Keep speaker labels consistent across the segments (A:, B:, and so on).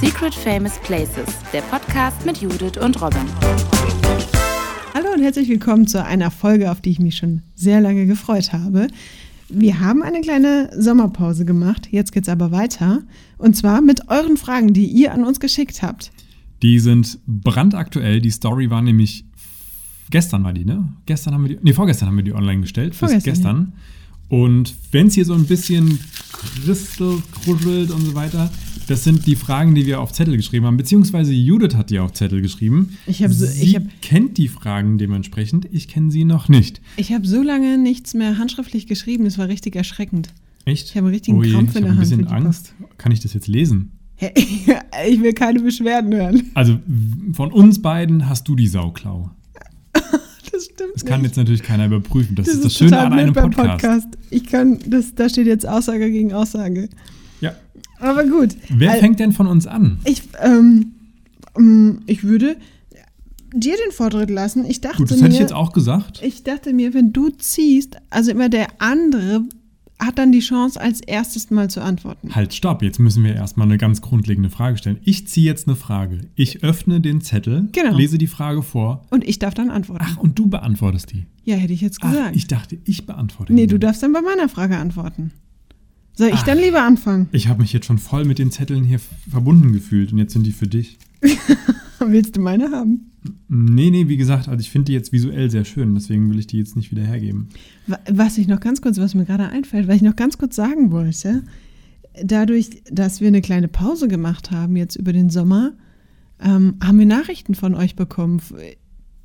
A: Secret Famous Places, der Podcast mit Judith und Robin.
B: Hallo und herzlich willkommen zu einer Folge, auf die ich mich schon sehr lange gefreut habe. Wir haben eine kleine Sommerpause gemacht, jetzt geht's aber weiter. Und zwar mit euren Fragen, die ihr an uns geschickt habt.
C: Die sind brandaktuell. Die Story war nämlich gestern war die, ne? Gestern haben wir die, nee, vorgestern haben wir die online gestellt. Bis
B: Vorgestern,
C: gestern. Und wenn es hier so ein bisschen kristelt, kruschelt und so weiter, das sind die Fragen, die wir auf Zettel geschrieben haben. Beziehungsweise Judith hat die auf Zettel geschrieben.
B: Ich hab so-
C: sie
B: ich hab-
C: kennt die Fragen dementsprechend. Ich kenne sie noch nicht.
B: Ich habe so lange nichts mehr handschriftlich geschrieben, das war richtig erschreckend.
C: Echt? Oh
B: Ich hab einen richtigen
C: je,
B: Krampf in der
C: ich hab ein
B: Hand für
C: bisschen
B: die
C: Angst. Kann ich das jetzt lesen?
B: Hä? Ich will keine Beschwerden hören.
C: Also w- von uns beiden hast du die Sauklau.
B: Das stimmt.
C: Das kann
B: nicht.
C: jetzt natürlich keiner überprüfen. Das, ist das
B: total
C: Schöne an
B: blöd
C: einem
B: beim
C: Podcast.
B: Ich kann, das, da steht jetzt Aussage gegen Aussage.
C: Ja.
B: Aber gut.
C: Wer
B: Al-
C: fängt denn von uns an?
B: Ich, ähm, ähm, ich würde dir den Vortritt lassen. Ich dachte
C: Gut, das
B: mir,
C: hätte ich jetzt auch gesagt.
B: ich dachte mir, wenn du ziehst, also immer der andere hat dann die Chance, als erstes mal zu antworten.
C: Halt, stopp. Jetzt müssen wir erstmal eine ganz grundlegende Frage stellen. Ich ziehe jetzt eine Frage. Ich öffne den Zettel,
B: Genau.
C: lese die Frage vor.
B: Und ich darf dann antworten.
C: Ach, und du beantwortest die.
B: Ja, hätte ich jetzt
C: Ach,
B: gesagt.
C: ich dachte, ich beantworte
B: nee,
C: die.
B: du darfst dann bei meiner Frage antworten. Soll ich
C: Ach.
B: dann lieber anfangen?
C: Ich habe mich jetzt schon voll mit den Zetteln hier f- verbunden gefühlt und jetzt sind die für dich.
B: Willst du meine haben?
C: Nee, nee, wie gesagt, also ich finde die jetzt visuell sehr schön, deswegen will ich die jetzt nicht wieder hergeben.
B: Wa- Was ich noch ganz kurz, was mir gerade einfällt, weil ich noch ganz kurz sagen wollte, dadurch, dass wir eine kleine Pause gemacht haben jetzt über den Sommer, ähm, haben wir Nachrichten von euch bekommen.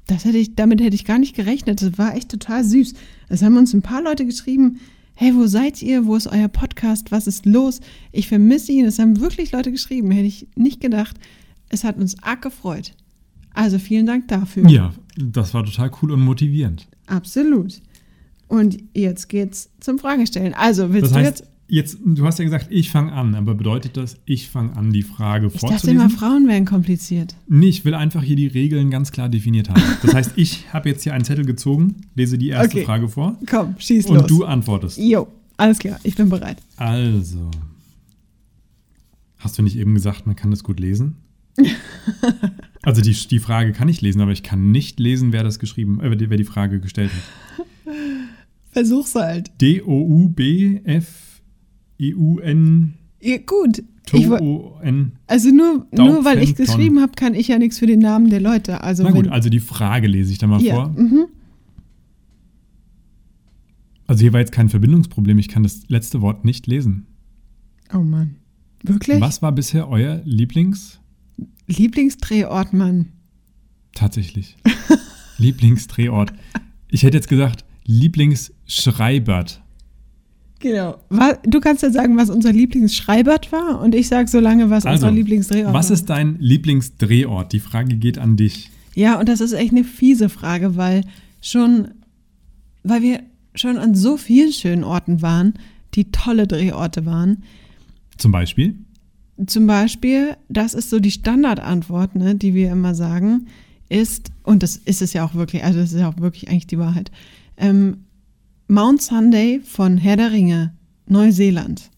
B: Das hätte ich, damit hätte ich gar nicht gerechnet. Das war echt total süß. Es haben uns ein paar Leute geschrieben, hey, wo seid ihr? Wo ist euer Podcast? Was ist los? Ich vermisse ihn. Es haben wirklich Leute geschrieben, hätte ich nicht gedacht. Es hat uns arg gefreut. Also vielen Dank dafür.
C: Ja, das war total cool und motivierend.
B: Absolut. Und jetzt geht's zum Fragestellen. Also, willst
C: Das
B: du
C: heißt,
B: jetzt?
C: jetzt, du hast ja gesagt, ich fange an, aber bedeutet das, ich fange an, die Frage
B: Ich dachte
C: vorzulesen?
B: immer, Frauen wären kompliziert.
C: nee, ich will einfach hier die Regeln ganz klar definiert haben. Das heißt, ich habe jetzt hier einen Zettel gezogen, lese die erste
B: Okay.
C: Frage vor
B: Komm, schieß
C: und
B: los.
C: du antwortest.
B: Jo, alles klar, ich bin bereit.
C: Also, hast du nicht eben gesagt, man kann das gut lesen? Also die, die Frage kann ich lesen, aber ich kann nicht lesen, wer das geschrieben, äh, wer die Frage gestellt hat.
B: Versuch's halt.
C: D O U B F I U N
B: Ja, gut.
C: T
B: Ich, wo-
C: O N
B: also nur, nur weil ich
C: Dauphenton.
B: geschrieben habe, kann ich ja nichts für den Namen der Leute. Also
C: Na gut,
B: wenn,
C: also die Frage lese ich da mal
B: ja,
C: vor.
B: mhm.
C: Also hier war jetzt kein Verbindungsproblem, ich kann das letzte Wort nicht lesen.
B: Oh Mann. Wirklich?
C: Was war bisher euer Lieblings?
B: Lieblingsdrehort, Mann.
C: Tatsächlich. Lieblingsdrehort. Ich hätte jetzt gesagt, Lieblingsschreibert.
B: Genau. Wa- Du kannst ja sagen, was unser Lieblingsschreibert war und ich sag so lange, was
C: Also,
B: unser Lieblingsdrehort
C: was
B: war.
C: ist dein Lieblingsdrehort? Die Frage geht an dich.
B: Ja, und das ist echt eine fiese Frage, weil schon, weil wir schon an so vielen schönen Orten waren, die tolle Drehorte waren.
C: Zum Beispiel?
B: Zum Beispiel, das ist so die Standardantwort, ne, die wir immer sagen, ist, und das ist es ja auch wirklich, also das ist ja auch wirklich eigentlich die Wahrheit, ähm, Mount Sunday von Herr der Ringe, Neuseeland.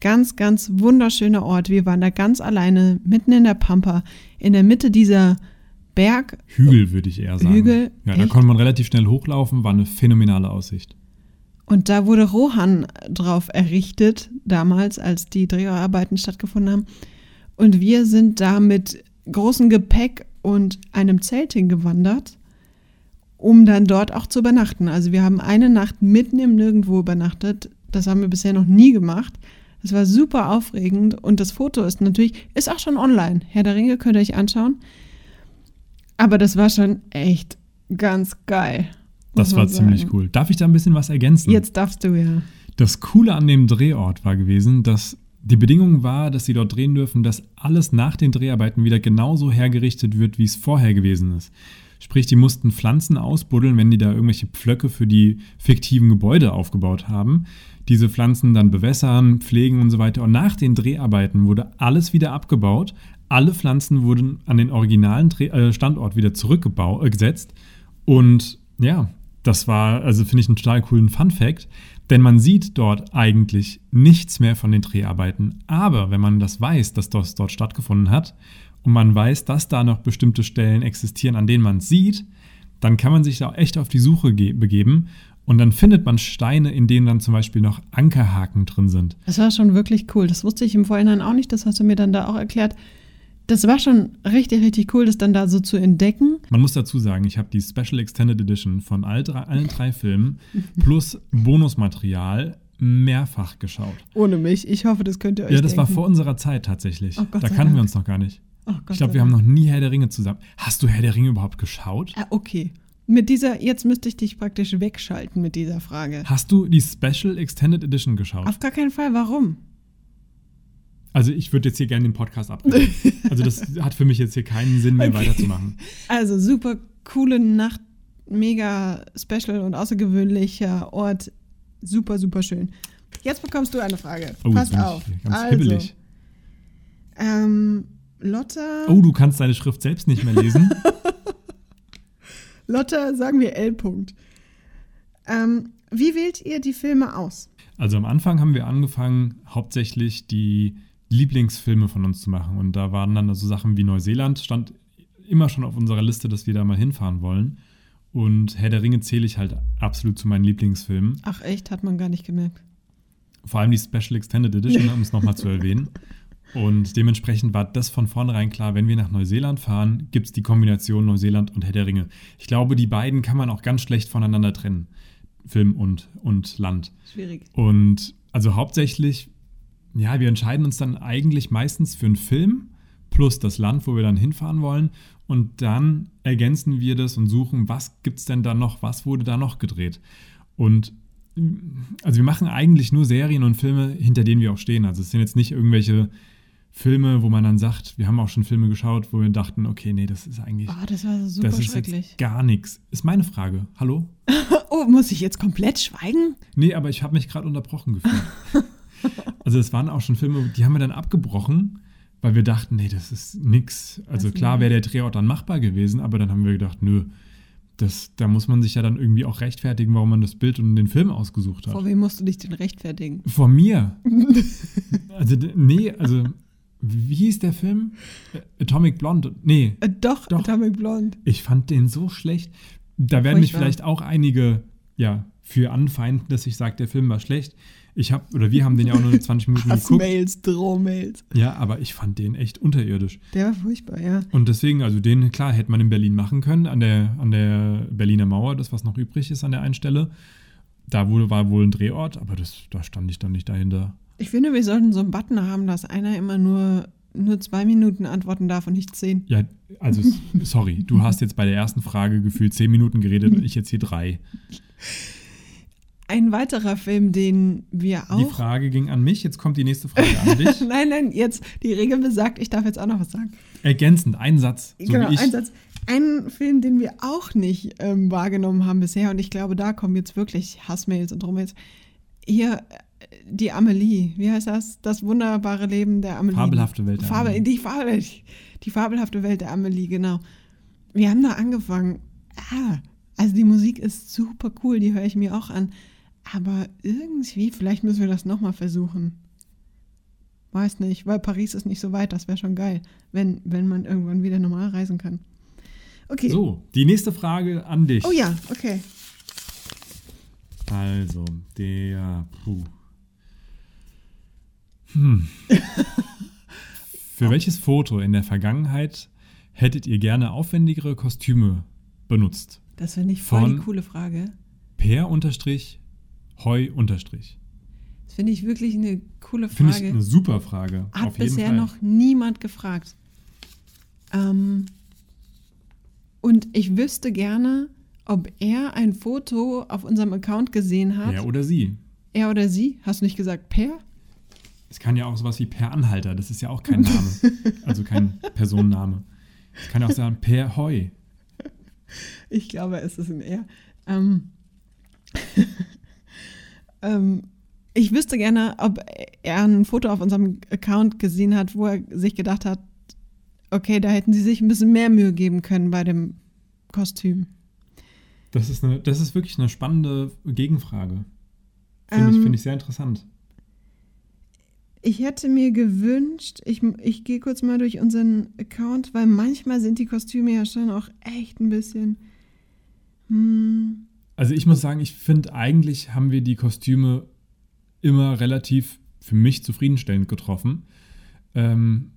B: Ganz, ganz wunderschöner Ort. Wir waren da ganz alleine, mitten in der Pampa, in der Mitte dieser Berg,
C: Hügel würde ich eher sagen.
B: Hügel?
C: Ja, da
B: Echt?
C: konnte man relativ schnell hochlaufen, war eine phänomenale Aussicht.
B: Und da wurde Rohan drauf errichtet, damals, als die Dreharbeiten stattgefunden haben. Und wir sind da mit großem Gepäck und einem Zelt hingewandert, um dann dort auch zu übernachten. Also wir haben eine Nacht mitten im Nirgendwo übernachtet. Das haben wir bisher noch nie gemacht. Das war super aufregend und das Foto ist natürlich, ist auch schon online. Herr der Ringe könnt ihr euch anschauen. Aber das war schon echt ganz geil. muss
C: Das
B: man
C: war ziemlich
B: sagen.
C: cool. Darf ich da ein bisschen was ergänzen?
B: Jetzt darfst du ja.
C: Das Coole an dem Drehort war gewesen, dass die Bedingung war, dass sie dort drehen dürfen, dass alles nach den Dreharbeiten wieder genauso hergerichtet wird, wie es vorher gewesen ist. Sprich, die mussten Pflanzen ausbuddeln, wenn die da irgendwelche Pflöcke für die fiktiven Gebäude aufgebaut haben. Diese Pflanzen dann bewässern, pflegen und so weiter. Und nach den Dreharbeiten wurde alles wieder abgebaut. Alle Pflanzen wurden an den originalen Dreh äh, Standort wieder äh, zurückgesetzt. Und ja, das war, also finde ich einen total coolen Fun Fact, Denn man sieht dort eigentlich nichts mehr von den Dreharbeiten. Aber wenn man das weiß, dass das dort stattgefunden hat und man weiß, dass da noch bestimmte Stellen existieren, an denen man es sieht, dann kann man sich da echt auf die Suche ge- begeben und dann findet man Steine, in denen dann zum Beispiel noch Ankerhaken drin sind.
B: Das war schon wirklich cool. Das wusste ich im Vorhinein auch nicht. Das hast du mir dann da auch erklärt. Das war schon richtig, richtig cool, das dann da so zu entdecken.
C: Man muss dazu sagen, ich habe die Special Extended Edition von all drei, allen drei Filmen plus Bonusmaterial mehrfach geschaut.
B: Ohne mich. Ich hoffe, das könnt ihr euch
C: Ja, das war
B: denken.
C: vor unserer Zeit tatsächlich.
B: Oh, Gott
C: da
B: sei
C: kannten wir
B: Dank.
C: uns noch gar nicht.
B: Oh Gott
C: ich glaube,
B: sei
C: wir haben
B: Dank.
C: noch nie Herr der Ringe zusammen. Hast du Herr der Ringe überhaupt geschaut?
B: Ah, okay. Mit dieser, jetzt müsste ich dich praktisch wegschalten mit dieser Frage.
C: Hast du die Special Extended Edition geschaut?
B: Auf gar keinen Fall. Warum?
C: Also ich würde jetzt hier gerne den Podcast abbrechen. also das hat für mich jetzt hier keinen Sinn mehr weiterzumachen.
B: Also super coole Nacht, mega special und außergewöhnlicher Ort. Super, super schön. Jetzt bekommst du eine Frage.
C: Oh,
B: Pass
C: jetzt bin
B: auf.
C: ich ganz
B: also,
C: hibbelig.
B: ähm, Lotta,
C: Oh, du kannst deine Schrift selbst nicht mehr lesen.
B: Lotta, sagen wir L. -Punkt. Ähm, wie wählt ihr die Filme aus?
C: Also am Anfang haben wir angefangen, hauptsächlich die Lieblingsfilme von uns zu machen. Und da waren dann so Sachen wie Neuseeland, stand immer schon auf unserer Liste, dass wir da mal hinfahren wollen. Und Herr der Ringe zähle ich halt absolut zu meinen Lieblingsfilmen.
B: Ach echt, hat man gar nicht gemerkt.
C: Vor allem die Special Extended Edition, um es nochmal zu erwähnen. Und dementsprechend war das von vornherein klar, wenn wir nach Neuseeland fahren, gibt es die Kombination Neuseeland und Herr der Ringe. Ich glaube, die beiden kann man auch ganz schlecht voneinander trennen. Film und, und Land.
B: Schwierig.
C: Und also hauptsächlich, ja, wir entscheiden uns dann eigentlich meistens für einen Film plus das Land, wo wir dann hinfahren wollen. Und dann ergänzen wir das und suchen, was gibt es denn da noch, was wurde da noch gedreht. Und mm, also wir machen eigentlich nur Serien und Filme, hinter denen wir auch stehen. Also es sind jetzt nicht irgendwelche Filme, wo man dann sagt, wir haben auch schon Filme geschaut, wo wir dachten, okay, nee, das ist eigentlich,
B: Oh, das war super
C: das ist
B: schrecklich.
C: jetzt gar nichts. Ist meine Frage. Hallo?
B: Oh, muss ich jetzt komplett schweigen?
C: Nee, aber ich habe mich gerade unterbrochen gefühlt. also es waren auch schon Filme, die haben wir dann abgebrochen, weil wir dachten, nee, das ist nix. Also
B: Das
C: klar wäre der Drehort dann machbar gewesen, aber dann haben wir gedacht, nö, das, da muss man sich ja dann irgendwie auch rechtfertigen, warum man das Bild und den Film ausgesucht hat.
B: Vor wem musst du dich denn rechtfertigen?
C: Vor mir. also d- nee, also wie hieß der Film? Äh, Atomic Blonde. Nee,
B: Äh, doch,
C: Doch.
B: Atomic Blonde.
C: ich fand den so schlecht. Da werden mich
B: Furchtbar.
C: vielleicht auch einige ja, für anfeinden, dass ich sage, der Film war schlecht. Ich habe, oder wir haben den ja auch nur 20 Minuten geguckt.
B: Hassmails, Drohmails.
C: Ja, aber ich fand den echt unterirdisch.
B: Der war furchtbar, ja.
C: Und deswegen, also den, klar, hätte man in Berlin machen können, an der, an der Berliner Mauer, das, was noch übrig ist an der einen Stelle. Da wurde, war wohl ein Drehort, aber das, da stand ich dann nicht dahinter.
B: Ich finde, wir sollten so einen Button haben, dass einer immer nur, nur zwei Minuten antworten darf und nicht zehn.
C: Ja, also s- sorry, du hast jetzt bei der ersten Frage gefühlt 10 Minuten geredet und ich jetzt hier drei.
B: Ein weiterer Film, den wir
C: Die
B: auch.
C: Frage ging an mich, jetzt kommt die nächste Frage an dich.
B: Nein, nein, jetzt, die Regel besagt, ich darf jetzt auch noch was sagen.
C: Ergänzend, ein Satz. So
B: genau,
C: wie ich.
B: ein Satz. Ein Film, den wir auch nicht ähm, wahrgenommen haben bisher, und ich glaube, da kommen jetzt wirklich Hassmails und Drohmails. Hier, äh, die Amelie, wie heißt das? Das wunderbare Leben der Amelie.
C: Fabelhafte Welt der
B: Fabel,
C: Amelie.
B: Die, Fabel, die fabelhafte Welt der Amelie, genau. Wir haben da angefangen. Ah, also die Musik ist super cool, die höre ich mir auch an. Aber irgendwie, vielleicht müssen wir das nochmal versuchen. Weiß nicht, weil Paris ist nicht so weit, das wäre schon geil, wenn, wenn man irgendwann wieder normal reisen kann. Okay.
C: So, die nächste Frage an dich.
B: Oh ja, okay.
C: Also, der. Puh. Hm. Für welches Foto in der Vergangenheit hättet ihr gerne aufwendigere Kostüme benutzt?
B: Das finde ich voll die
C: Von-
B: coole Frage.
C: Per unterstrich, Heu unterstrich.
B: Das finde ich wirklich eine coole
C: Finde ich
B: Frage.
C: eine super Frage.
B: Hat
C: auf jeden
B: bisher
C: Fall.
B: noch niemand gefragt. Ähm, und ich wüsste gerne, ob er ein Foto auf unserem Account gesehen hat.
C: Er oder sie.
B: er oder sie? Hast du nicht gesagt Per?
C: Es kann ja auch sowas wie Per Anhalter, das ist ja auch kein Name. also kein Personenname. Es kann ja auch sagen Per Heu.
B: Ich glaube, es ist ein R. Ähm, ähm, ich wüsste gerne, ob er ein Foto auf unserem Account gesehen hat, wo er sich gedacht hat, okay, da hätten sie sich ein bisschen mehr Mühe geben können bei dem Kostüm.
C: Das ist, eine, das ist wirklich eine spannende Gegenfrage. Finde ich,
B: Ähm,
C: finde ich sehr interessant.
B: Ich hätte mir gewünscht, ich, ich gehe kurz mal durch unseren Account, weil manchmal sind die Kostüme ja schon auch echt ein bisschen. Hm,
C: Also ich muss sagen, ich finde eigentlich haben wir die Kostüme immer relativ für mich zufriedenstellend getroffen. Ähm,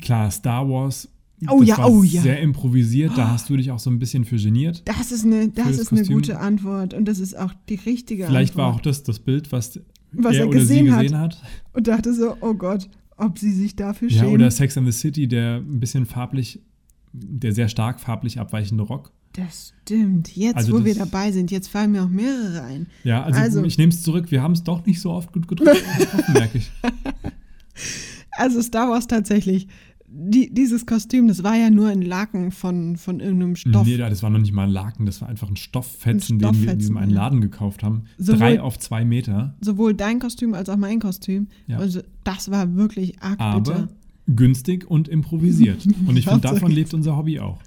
C: klar, Star Wars.
B: Oh
C: das
B: ja,
C: war
B: oh ja.
C: Sehr improvisiert, da hast du dich auch so ein bisschen für geniert.
B: das ist, eine, das
C: das
B: ist eine
C: Kostüm.
B: gute Antwort und das ist auch die richtige
C: Vielleicht war auch
B: Antwort.
C: das das Bild, was,
B: Was
C: er,
B: er
C: oder sie
B: gesehen hat.
C: gesehen hat.
B: auch. Und dachte so, oh Gott, ob sie sich dafür
C: Ja,
B: schämen.
C: oder Sex and the City, der ein bisschen farblich, der sehr stark farblich abweichende Rock.
B: das stimmt. Jetzt,
C: Also
B: wo wir
C: das-
B: dabei sind, jetzt fallen mir auch mehrere ein.
C: Ja, also,
B: Also-
C: ich nehme es zurück, wir haben es doch nicht so oft gut getroffen, merke ich.
B: Also Star Wars tatsächlich. Die, dieses Kostüm, das war ja nur ein Laken von, von irgendeinem Stoff.
C: Nee, das war noch nicht mal ein Laken, das war einfach ein Stofffetzen,
B: Ein
C: den wir in
B: Stofffetzen,
C: diesem einen
B: ja.
C: Laden gekauft haben.
B: Sowohl-
C: Drei auf zwei Meter,
B: Sowohl dein Kostüm als auch mein Kostüm.
C: Ja.
B: Also das war wirklich arg
C: aber
B: bitter.
C: günstig und improvisiert. Und ich finde, davon lebt unser Hobby auch.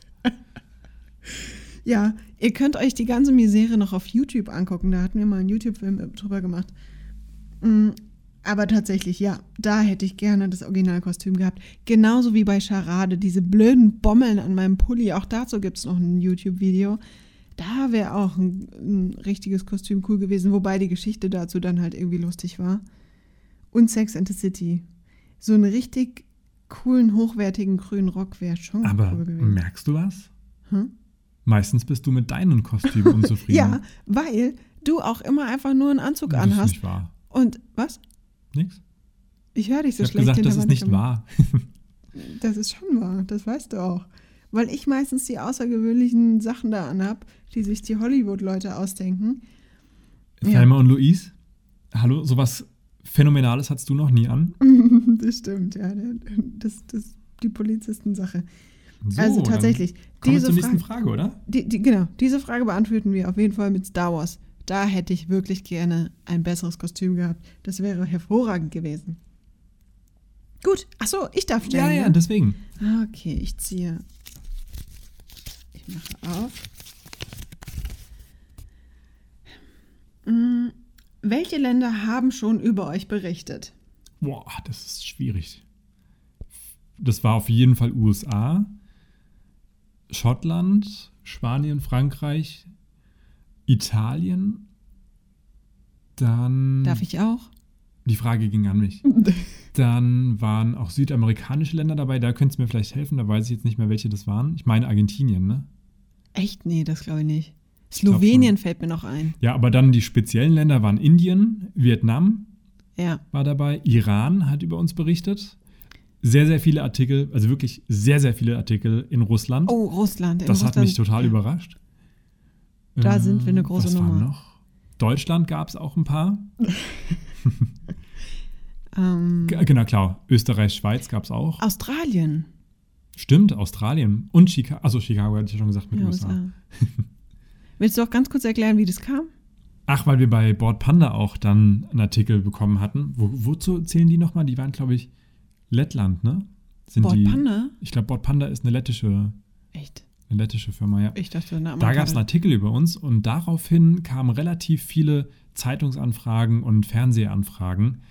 B: Ja, ihr könnt euch die ganze Misere noch auf YouTube angucken. Da hatten wir mal einen YouTube-Film drüber gemacht. Mm, Aber tatsächlich, ja, da hätte ich gerne das Originalkostüm gehabt. Genauso wie bei Charade, diese blöden Bommeln an meinem Pulli. Auch dazu gibt es noch ein YouTube-Video. Da wäre auch ein, ein richtiges Kostüm cool gewesen, wobei die Geschichte dazu dann halt irgendwie lustig war. Und Sex and the City. So einen richtig coolen, hochwertigen grünen Rock wäre schon
C: Aber
B: cool gewesen.
C: merkst du was?
B: Hm?
C: Meistens bist du mit deinen Kostümen unzufrieden.
B: Ja, weil du auch immer einfach nur einen Anzug
C: das ist
B: anhast.
C: nicht wahr.
B: Und was?
C: Nix?
B: Ich höre dich so
C: Ich habe
B: schlecht.
C: gesagt, das
B: hinter
C: ist
B: meiner
C: nicht
B: Stimme.
C: wahr.
B: Das ist schon wahr, das weißt du auch. Weil ich meistens die außergewöhnlichen Sachen da anhab, die sich die Hollywood-Leute ausdenken. Ja.
C: Thelma und Luis, hallo, sowas Phänomenales hattest du noch nie an.
B: das stimmt, ja. Das, das ist die Polizistensache.
C: So,
B: also
C: dann
B: tatsächlich,
C: Kommen wir
B: diese
C: zur nächsten
B: Frage.
C: Frage, oder?
B: Die, die, genau, diese Frage beantworten wir auf jeden Fall mit Star Wars. Da hätte ich wirklich gerne ein besseres Kostüm gehabt. Das wäre hervorragend gewesen. Gut, ach so, ich darf ne? stellen.
C: Ja, ja, deswegen.
B: Ah, Okay, ich ziehe. Ich mache auf. Mm, Welche Länder haben schon über euch berichtet?
C: Boah, das ist schwierig. Das war auf jeden Fall USA, Schottland, Spanien, Frankreich, Italien. Dann.
B: Darf ich auch?
C: Die Frage ging an mich. Dann waren auch südamerikanische Länder dabei. Da könntest du mir vielleicht helfen. Da weiß ich jetzt nicht mehr, welche das waren. Ich meine Argentinien, ne?
B: Echt? Nee, das glaube ich nicht.
C: glaub
B: Slowenien fällt mir noch ein.
C: Ja, aber dann die speziellen Länder waren Indien, Vietnam,
B: Ja.
C: war dabei. Iran hat über uns berichtet. Sehr, sehr viele Artikel, also wirklich sehr, sehr viele Artikel in Russland.
B: Oh, Russland. in
C: das hat mich
B: Russland-
C: total
B: ja.
C: überrascht.
B: Da
C: Äh,
B: sind wir eine große
C: was War
B: Nummer.
C: noch? Deutschland gab es auch ein paar.
B: Ähm,
C: G genau, klar. Österreich, Schweiz gab es auch.
B: Australien. Australien.
C: Stimmt, Australien und Chicago. Also Chicago hatte ich ja schon gesagt mit
B: Ja,
C: USA.
B: USA. Willst du auch ganz kurz erklären, wie das kam?
C: Ach, weil wir bei Board Panda auch dann einen Artikel bekommen hatten. Wo, wozu zählen die nochmal? Die waren, glaube ich, Lettland, ne? Sind
B: Board
C: die,
B: Panda?
C: Ich glaube, Board Panda ist eine lettische,
B: Echt?
C: eine lettische Firma, ja.
B: Ich dachte, eine
C: Da gab es einen
B: Amerikanerin.
C: Artikel über uns und daraufhin kamen relativ viele Zeitungsanfragen und Fernsehanfragen.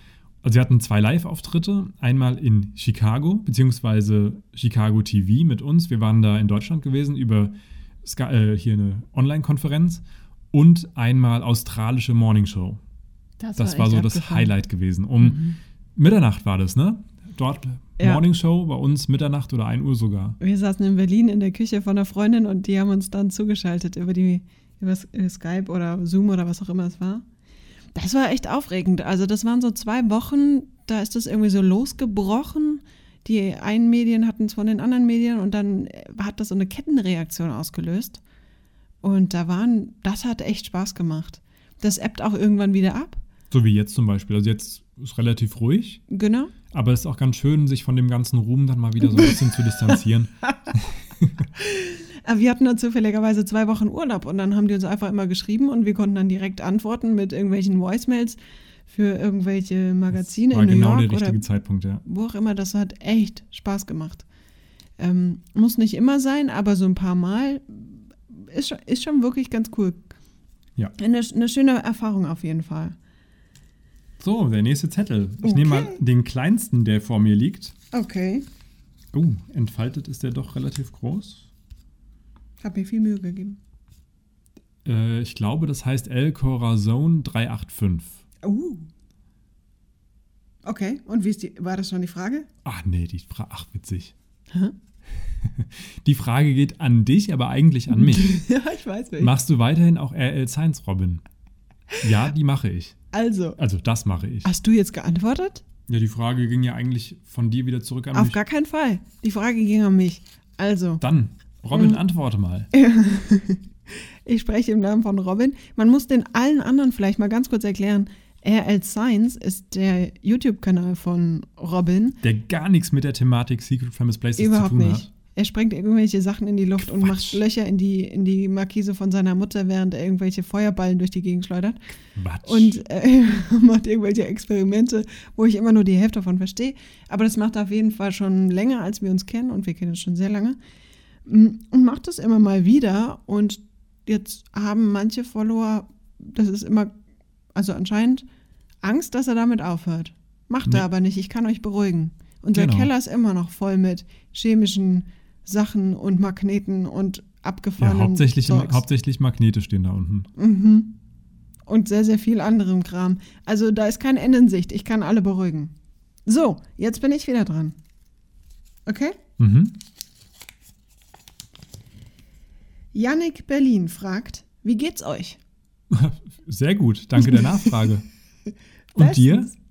C: Also wir hatten zwei Live-Auftritte, einmal in Chicago, beziehungsweise Chicago TV mit uns. Wir waren da in Deutschland gewesen über Sky, äh, hier eine Online-Konferenz und einmal australische Morning Show. Das
B: echt
C: war so das
B: abgefahren.
C: Highlight gewesen. Um Mitternacht war das, ne? Dort
B: Ja.
C: Morning Show, bei uns Mitternacht oder 1 Uhr sogar.
B: Wir saßen in Berlin in der Küche von einer Freundin und die haben uns dann zugeschaltet über die über S- äh, Skype oder Zoom oder was auch immer es war. Das war echt aufregend. Also das waren so zwei Wochen, da ist das irgendwie so losgebrochen. Die einen Medien hatten es von den anderen Medien und dann äh, hat das so eine Kettenreaktion ausgelöst. Und da waren, das hat echt Spaß gemacht. Das ebbt auch irgendwann wieder ab.
C: So wie jetzt zum Beispiel. Also jetzt ist relativ ruhig.
B: Genau.
C: Aber es ist auch ganz schön, sich von dem ganzen Ruhm dann mal wieder so ein bisschen zu distanzieren.
B: Aber Äh, wir hatten da zufälligerweise zwei Wochen Urlaub und dann haben die uns einfach immer geschrieben und wir konnten dann direkt antworten mit irgendwelchen Voicemails für irgendwelche Magazine
C: War
B: in New
C: genau
B: York
C: der richtige
B: oder
C: Zeitpunkt, ja.
B: wo auch immer. Das hat echt Spaß gemacht. Ähm, muss nicht immer sein, aber so ein paar Mal ist schon, ist schon wirklich ganz cool.
C: Ja.
B: Eine, eine schöne Erfahrung auf jeden Fall.
C: So, der nächste Zettel. Ich
B: Okay.
C: nehme mal den kleinsten, der vor mir liegt.
B: Okay.
C: Oh, entfaltet ist der doch relativ groß.
B: Hab mir viel Mühe gegeben.
C: Äh, ich glaube, das heißt El Corazon 385.
B: Uh. Okay, und wie ist die, war das schon die Frage?
C: Ach nee, die Frage. Ach, witzig.
B: Hä?
C: Die Frage geht an dich, aber eigentlich an mich.
B: ja, ich weiß nicht.
C: Machst du weiterhin auch RL Science Robin? Ja, die mache ich.
B: also,
C: Also, das mache ich.
B: hast du jetzt geantwortet?
C: Ja, die Frage ging ja eigentlich von dir wieder zurück an
B: Auf
C: mich.
B: gar keinen Fall. Die Frage ging an mich. Also,
C: Dann, Robin, antworte mal.
B: ich spreche im Namen von Robin. Man muss den allen anderen vielleicht mal ganz kurz erklären. RL Science ist der YouTube-Kanal von Robin.
C: Der gar nichts mit der Thematik Secret Famous Places
B: Überhaupt
C: zu tun
B: nicht.
C: hat.
B: Er sprengt irgendwelche Sachen in die Luft und macht
C: Quatsch.
B: Löcher in die, in die Markise von seiner Mutter, während er irgendwelche Feuerballen durch die Gegend schleudert.
C: Quatsch.
B: und äh, macht irgendwelche Experimente, wo ich immer nur die Hälfte davon verstehe. Aber das macht er auf jeden Fall schon länger, als wir uns kennen und wir kennen uns schon sehr lange. Mm, Und macht das immer mal wieder. Und jetzt haben manche Follower, das ist immer, also anscheinend, Angst, dass er damit aufhört. Macht
C: Nee.
B: er aber nicht, ich kann euch beruhigen. Unser
C: Genau.
B: Keller ist immer noch voll mit chemischen Sachen und Magneten und
C: ja,
B: abgefahrenen
C: hauptsächlich,
B: Zeugs
C: hauptsächlich Magnete stehen da unten.
B: Mhm. Und sehr, sehr viel anderem Kram. Also da ist kein Ende in Sicht. Ich kann alle beruhigen. So, jetzt bin ich wieder dran. Okay?
C: Mhm.
B: Yannick Berlin fragt, wie geht's euch?
C: Sehr gut, danke der Nachfrage. Und dir?
B: Bestens.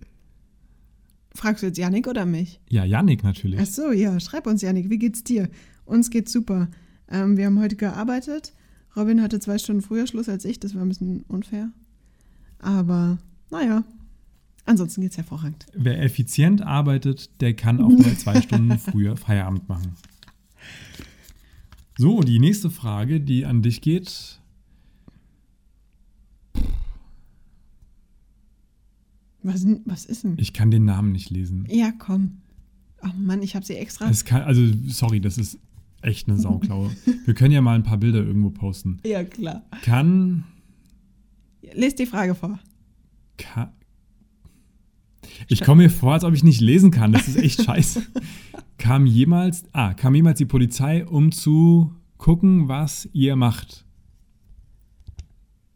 B: Fragst du jetzt Yannick oder mich?
C: Ja, Yannick natürlich.
B: Ach so, ja, schreib uns, Yannick, wie geht's dir? Uns geht's super. Ähm, wir haben heute gearbeitet. Robin hatte zwei Stunden früher Schluss als ich. Das war ein bisschen unfair. Aber naja, ansonsten geht's hervorragend.
C: Wer effizient arbeitet, der kann auch mal zwei Stunden früher Feierabend machen. So, die nächste Frage, die an dich geht.
B: Was, denn- was ist denn?
C: Ich kann den Namen nicht lesen.
B: Ja, komm. Ach Mann, ich habe sie extra.
C: Es kann, also, sorry, das ist echt eine Sauklaue. Wir können ja mal ein paar Bilder irgendwo posten.
B: ja, klar.
C: Kann
B: Lest die Frage vor.
C: Ka ich komme mir vor, als ob ich nicht lesen kann. Das ist echt scheiße. kam jemals, ah, kam jemals die Polizei, um zu gucken, was ihr macht?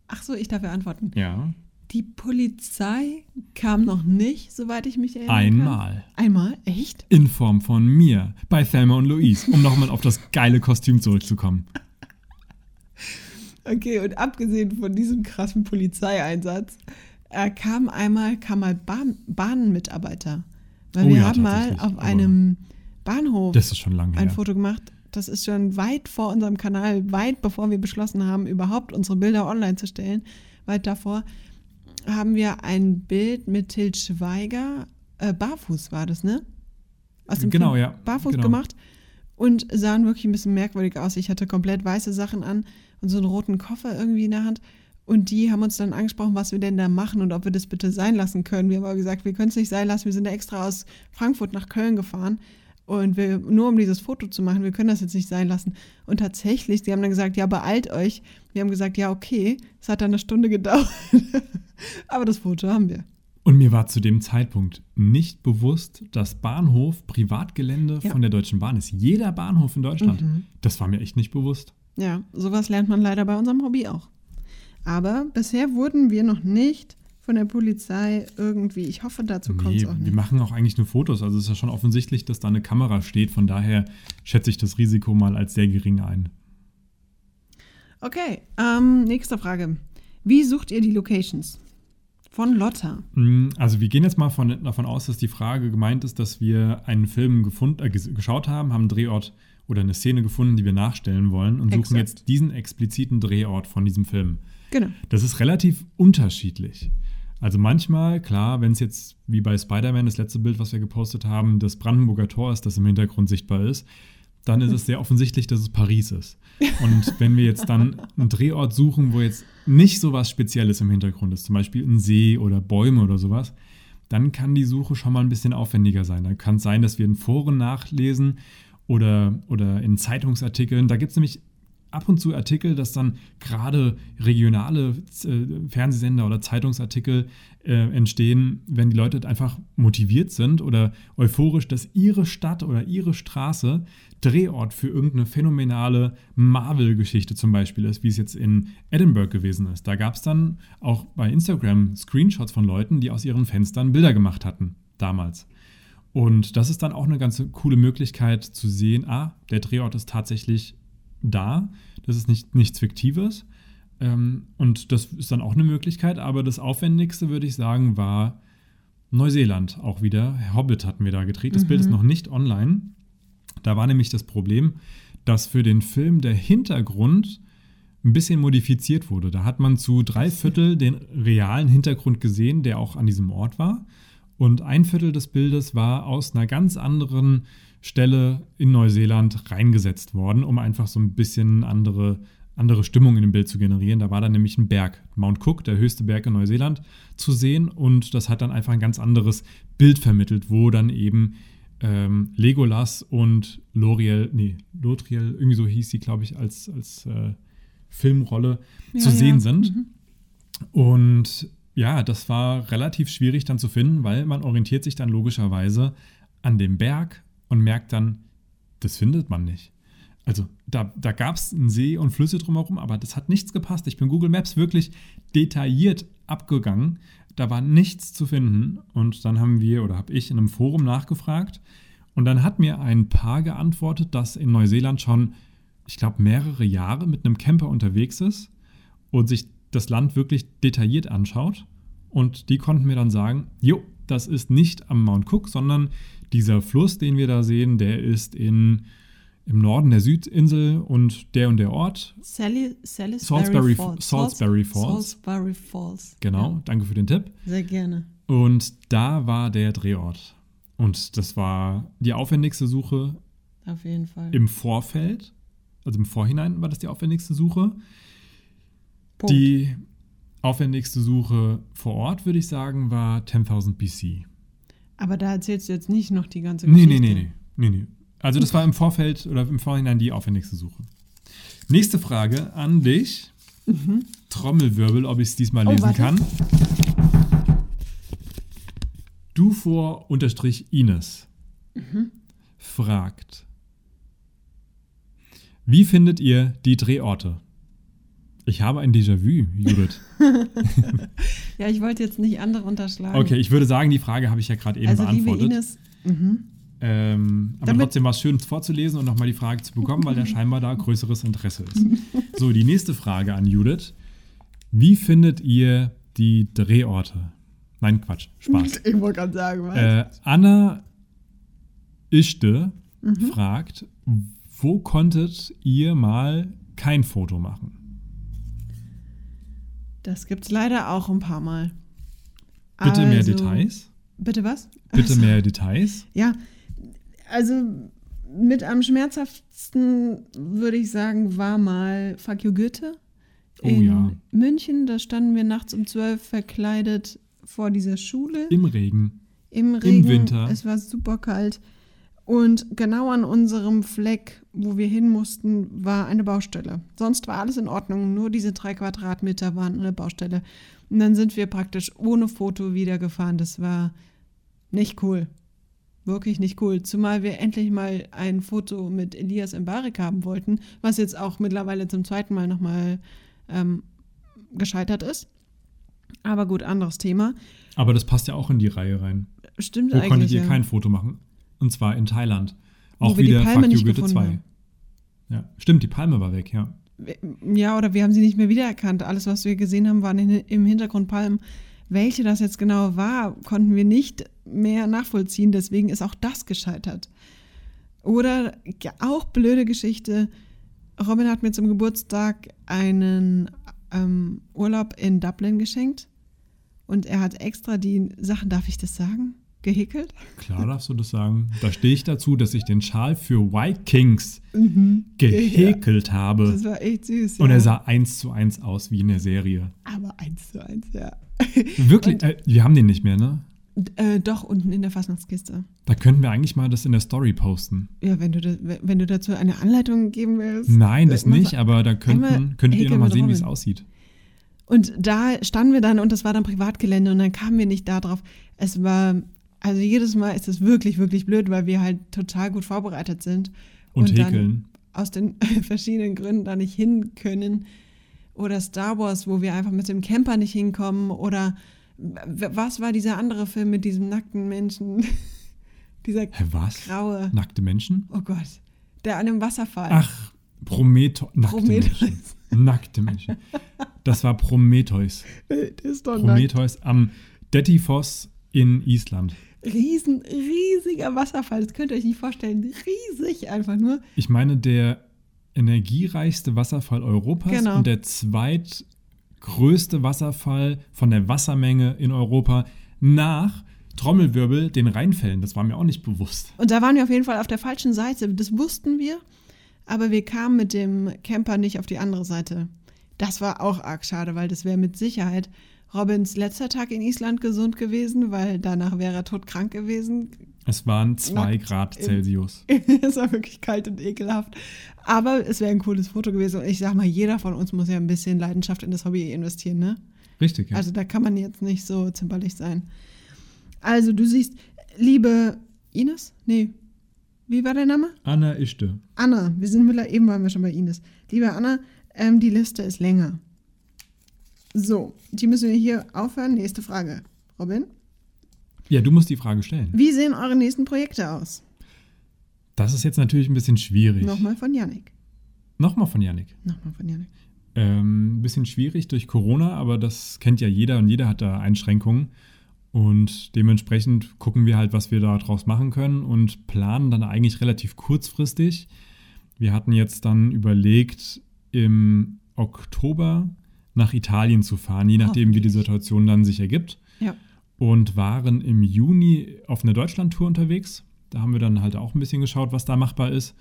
B: Ach so, ich darf ja antworten.
C: Ja.
B: Die Polizei kam noch nicht, soweit ich mich erinnere.
C: Einmal.
B: Kann. Einmal? Echt?
C: In Form von mir bei Thelma und Louise, um nochmal auf das geile Kostüm zurückzukommen.
B: Okay, und abgesehen von diesem krassen Polizeieinsatz, äh, kam einmal, kam mal Bahn, Bahnmitarbeiter. Weil
C: Oh
B: wir
C: ja,
B: haben mal
C: tatsächlich,
B: auf
C: aber-
B: einem Bahnhof
C: Das ist schon lange
B: ein
C: her.
B: Foto gemacht. Das ist schon weit vor unserem Kanal, weit bevor wir beschlossen haben, überhaupt unsere Bilder online zu stellen. Weit davor haben wir ein Bild mit Til Schweiger, äh, barfuß war das, ne? Aus dem
C: Genau,
B: Film
C: ja,
B: Barfuß
C: genau.
B: gemacht und sahen wirklich ein bisschen merkwürdig aus. Ich hatte komplett weiße Sachen an und so einen roten Koffer irgendwie in der Hand. Und die haben uns dann angesprochen, was wir denn da machen und ob wir das bitte sein lassen können. Wir haben aber gesagt, wir können es nicht sein lassen. Wir sind da extra aus Frankfurt nach Köln gefahren. Und wir, nur um dieses Foto zu machen, wir können das jetzt nicht sein lassen. Und tatsächlich, die haben dann gesagt, ja, beeilt euch. Wir haben gesagt, ja, okay. Es hat dann eine Stunde gedauert. aber das Foto haben wir.
C: Und mir war zu dem Zeitpunkt nicht bewusst, dass Bahnhof Privatgelände
B: Ja. Mhm.
C: von der Deutschen Bahn ist. Jeder Bahnhof in Deutschland. Das war mir echt nicht bewusst.
B: Ja, sowas lernt man leider bei unserem Hobby auch. Aber bisher wurden wir noch nicht von der Polizei irgendwie, ich hoffe, dazu kommt es
C: Nee,
B: auch
C: wir
B: nicht.
C: machen auch eigentlich nur Fotos. Also es ist ja schon offensichtlich, dass da eine Kamera steht. Von daher schätze ich das Risiko mal als sehr gering ein.
B: Okay, ähm, nächste Frage. Wie sucht ihr die Locations? Von Lotta.
C: Mm, Also wir gehen jetzt mal von, davon aus, dass die Frage gemeint ist, dass wir einen Film gefunden, äh, ges- geschaut haben, haben einen Drehort oder eine Szene gefunden, die wir nachstellen wollen und suchen
B: Exakt.
C: jetzt diesen expliziten Drehort von diesem Film.
B: Genau.
C: Das ist relativ unterschiedlich. Also manchmal, klar, wenn es jetzt wie bei Spider-Man das letzte Bild, was wir gepostet haben, das Brandenburger Tor ist, das im Hintergrund sichtbar ist, dann ist es sehr offensichtlich, dass es Paris ist. Und wenn wir jetzt dann einen Drehort suchen, wo jetzt nicht so was Spezielles im Hintergrund ist, zum Beispiel ein See oder Bäume oder sowas, dann kann die Suche schon mal ein bisschen aufwendiger sein. Dann kann es sein, dass wir in Foren nachlesen oder, oder in Zeitungsartikeln. Da gibt es nämlich ab und zu Artikel, dass dann gerade regionale äh, Fernsehsender oder Zeitungsartikel äh, entstehen, wenn die Leute einfach motiviert sind oder euphorisch, dass ihre Stadt oder ihre Straße Drehort für irgendeine phänomenale Marvel-Geschichte zum Beispiel ist, wie es jetzt in Edinburgh gewesen ist. Da gab es dann auch bei Instagram Screenshots von Leuten, die aus ihren Fenstern Bilder gemacht hatten damals. Und das ist dann auch eine ganz coole Möglichkeit zu sehen, ah, der Drehort ist tatsächlich da. Das ist nicht, nichts Fiktives. Ähm, und das ist dann auch eine Möglichkeit. Aber das Aufwendigste, würde ich sagen, war Neuseeland auch wieder. Herr Hobbit hatten wir da gedreht. Das
B: Mhm.
C: Bild ist noch nicht online. Da war nämlich das Problem, dass für den Film der Hintergrund ein bisschen modifiziert wurde. Da hat man zu drei Viertel den realen Hintergrund gesehen, der auch an diesem Ort war. Und ein Viertel des Bildes war aus einer ganz anderen Stelle in Neuseeland reingesetzt worden, um einfach so ein bisschen andere, andere Stimmung in dem Bild zu generieren. Da war dann nämlich ein Berg, Mount Cook, der höchste Berg in Neuseeland, zu sehen. Und das hat dann einfach ein ganz anderes Bild vermittelt, wo dann eben ähm, Legolas und Loriel, nee, Lotriel, irgendwie so hieß sie, glaube ich, als, als äh, Filmrolle
B: Ja,
C: zu
B: ja. Mhm.
C: sehen sind. Und ja, das war relativ schwierig dann zu finden, weil man orientiert sich dann logischerweise an dem Berg und merkt dann, das findet man nicht. Also da, da gab es einen See und Flüsse drumherum, aber das hat nichts gepasst. Ich bin Google Maps wirklich detailliert abgegangen. Da war nichts zu finden. Und dann haben wir oder habe ich in einem Forum nachgefragt. Und dann hat mir ein Paar geantwortet, das in Neuseeland schon, ich glaube, mehrere Jahre mit einem Camper unterwegs ist und sich das Land wirklich detailliert anschaut. Und die konnten mir dann sagen, jo, das ist nicht am Mount Cook, sondern dieser Fluss, den wir da sehen, der ist in, im Norden der Südinsel und der und der Ort.
B: Sally, Salisbury
C: Salisbury
B: Falls.
C: F- Salisbury Falls.
B: Salisbury Falls.
C: Genau, danke für den Tipp.
B: Ja, sehr gerne.
C: Und da war der Drehort. Und das war die aufwendigste Suche
B: Auf jeden Fall.
C: im Vorfeld. Also im Vorhinein war das die aufwendigste Suche.
B: Punkt.
C: Die aufwendigste Suche vor Ort, würde ich sagen, war 10.000 BC.
B: Aber da erzählst du jetzt nicht noch die ganze
C: Nee,
B: Geschichte.
C: nee, nee, nee, nee, nee. Also das war im Vorfeld oder im Vorhinein die aufwendigste Suche. Nächste Frage an dich. Trommelwirbel, ob ich es diesmal
B: Mhm. Oh,
C: lesen
B: warte.
C: kann. Du vor unterstrich Ines
B: Mhm.
C: fragt, wie findet ihr die Drehorte? Ich habe ein Déjà-vu, Judith.
B: Ja, ich wollte jetzt nicht andere unterschlagen.
C: Okay, ich würde sagen, die Frage habe ich ja gerade eben
B: also liebe
C: beantwortet.
B: Ines,
C: Ähm, aber
B: Damit-
C: trotzdem war es schön vorzulesen und nochmal die Frage zu bekommen, weil da scheinbar da größeres Interesse ist. So, die nächste Frage an Judith. Wie findet ihr die Drehorte? Nein, Quatsch, Spaß.
B: ich wollte gerade sagen, was?
C: Äh, Anna Ischte
B: Mhm.
C: fragt, wo konntet ihr mal kein Foto machen?
B: das gibt's leider auch ein paar Mal.
C: Bitte mehr
B: Also-
C: Details.
B: Bitte was?
C: Bitte mehr Details.
B: Ja, also mit am schmerzhaftesten würde ich sagen, war mal Fuck You Goethe
C: Oh
B: in
C: ja.
B: München. Da standen wir nachts um zwölf verkleidet vor dieser Schule
C: Im Regen.
B: im Regen.
C: Winter.
B: Es war super kalt. Und genau an unserem Fleck, wo wir hin mussten, war eine Baustelle. Sonst war alles in Ordnung, nur diese drei Quadratmeter waren eine Baustelle. Und dann sind wir praktisch ohne Foto wiedergefahren. Das war nicht cool. Wirklich nicht cool. Zumal wir endlich mal ein Foto mit Elias Mbarek haben wollten, was jetzt auch mittlerweile zum zweiten Mal nochmal ähm, gescheitert ist. Aber gut, anderes Thema.
C: Aber das passt ja auch in die Reihe rein.
B: Stimmt
C: Wo
B: eigentlich.
C: konntet ihr
B: ja.
C: kein Foto machen? Und zwar in Thailand.
B: Wo
C: Auch
B: wir die
C: wieder
B: Palme
C: Fuck You
B: nicht
C: Goethe
B: gefunden
C: 2.
B: haben.
C: Ja, stimmt, die Palme war weg, ja.
B: Ja, oder wir haben sie nicht mehr wiedererkannt. Alles, was wir gesehen haben, waren in, im Hintergrund Palmen. Welche das jetzt genau war, konnten wir nicht mehr nachvollziehen. Deswegen ist auch das gescheitert. Oder ja, auch blöde Geschichte. Robin hat mir zum Geburtstag einen ähm, Urlaub in Dublin geschenkt. Und er hat extra die Sachen, darf ich das sagen? Gehäkelt?
C: Klar darfst du das sagen. Da stehe ich dazu, dass ich den Schal für Vikings gehäkelt habe.
B: Mhm. Das war echt süß.
C: Und
B: ja.
C: er sah eins zu eins aus wie in der Serie.
B: Aber eins zu eins, ja.
C: Wirklich, äh, wir haben den nicht mehr, ne?
B: Äh, doch, unten in der Fastnachtskiste.
C: Da könnten wir eigentlich mal das in der Story posten.
B: Ja, wenn du, da, wenn du dazu eine Anleitung geben willst.
C: Nein, das
B: Mach Äh, mal.
C: nicht, aber da könnten,
B: einmal
C: könntet ihr
B: häkeln
C: nochmal
B: mit
C: sehen, wie es
B: Robin.
C: aussieht.
B: Und da standen wir dann und das war dann Privatgelände und dann kamen wir nicht da drauf. Es war, also jedes Mal ist es wirklich, wirklich blöd, weil wir halt total gut vorbereitet sind.
C: Und,
B: dann
C: häkeln.
B: aus den verschiedenen Gründen da nicht hin können. Oder Star Wars, wo wir einfach mit dem Camper nicht hinkommen. Oder w- was war dieser andere Film mit diesem nackten Menschen? dieser
C: Hä, was?
B: graue.
C: Nackte Menschen?
B: Oh Gott. Der an dem Wasserfall.
C: Ach, Prometheus. Nackte
B: Prometheus.
C: Menschen. Nackte Menschen. Das war Prometheus.
B: Der ist doch nackt.
C: Prometheus am Dettifoss in Island.
B: Riesen, riesiger Wasserfall. Das könnt ihr euch nicht vorstellen. Riesig einfach nur.
C: Ich meine, der energiereichste Wasserfall Europas
B: Genau.
C: und der zweitgrößte Wasserfall von der Wassermenge in Europa nach Trommelwirbel den Rheinfällen. Das war mir auch nicht bewusst.
B: Und da waren wir auf jeden Fall auf der falschen Seite. Das wussten wir, aber wir kamen mit dem Camper nicht auf die andere Seite. Das war auch arg schade, weil das wäre mit Sicherheit Robins letzter Tag in Island gesund gewesen, weil danach wäre er todkrank gewesen.
C: Es waren zwei
B: Nackt
C: Grad
B: im-
C: Celsius.
B: es war wirklich kalt und ekelhaft. Aber es wäre ein cooles Foto gewesen. Und ich sag mal, jeder von uns muss ja ein bisschen Leidenschaft in das Hobby investieren, ne?
C: Richtig, ja.
B: Also da kann man jetzt nicht so zimperlich sein. Also du siehst, liebe Ines? Nee. Wie war der Name?
C: Anna Ischte.
B: Anna, wir sind mittlerweile, eben waren wir schon bei Ines. Liebe Anna, ähm, die Liste ist länger. So, die müssen wir hier aufhören. Nächste Frage. Robin,
C: Ja, du musst die Frage stellen.
B: wie sehen eure nächsten Projekte aus?
C: Das ist jetzt natürlich ein bisschen schwierig.
B: Nochmal von Yannick.
C: Nochmal von Yannick.
B: Nochmal von Yannick.
C: Ähm, ein bisschen schwierig durch Corona, aber das kennt ja jeder und jeder hat da Einschränkungen. Und dementsprechend gucken wir halt, was wir daraus machen können und planen dann eigentlich relativ kurzfristig. Wir hatten jetzt dann überlegt, im Oktober nach Italien zu fahren, je nachdem, wie die Situation dann sich ergibt.
B: Ja.
C: Und waren im Juni auf einer Deutschlandtour unterwegs. Da haben wir dann halt auch ein bisschen geschaut, was da machbar ist.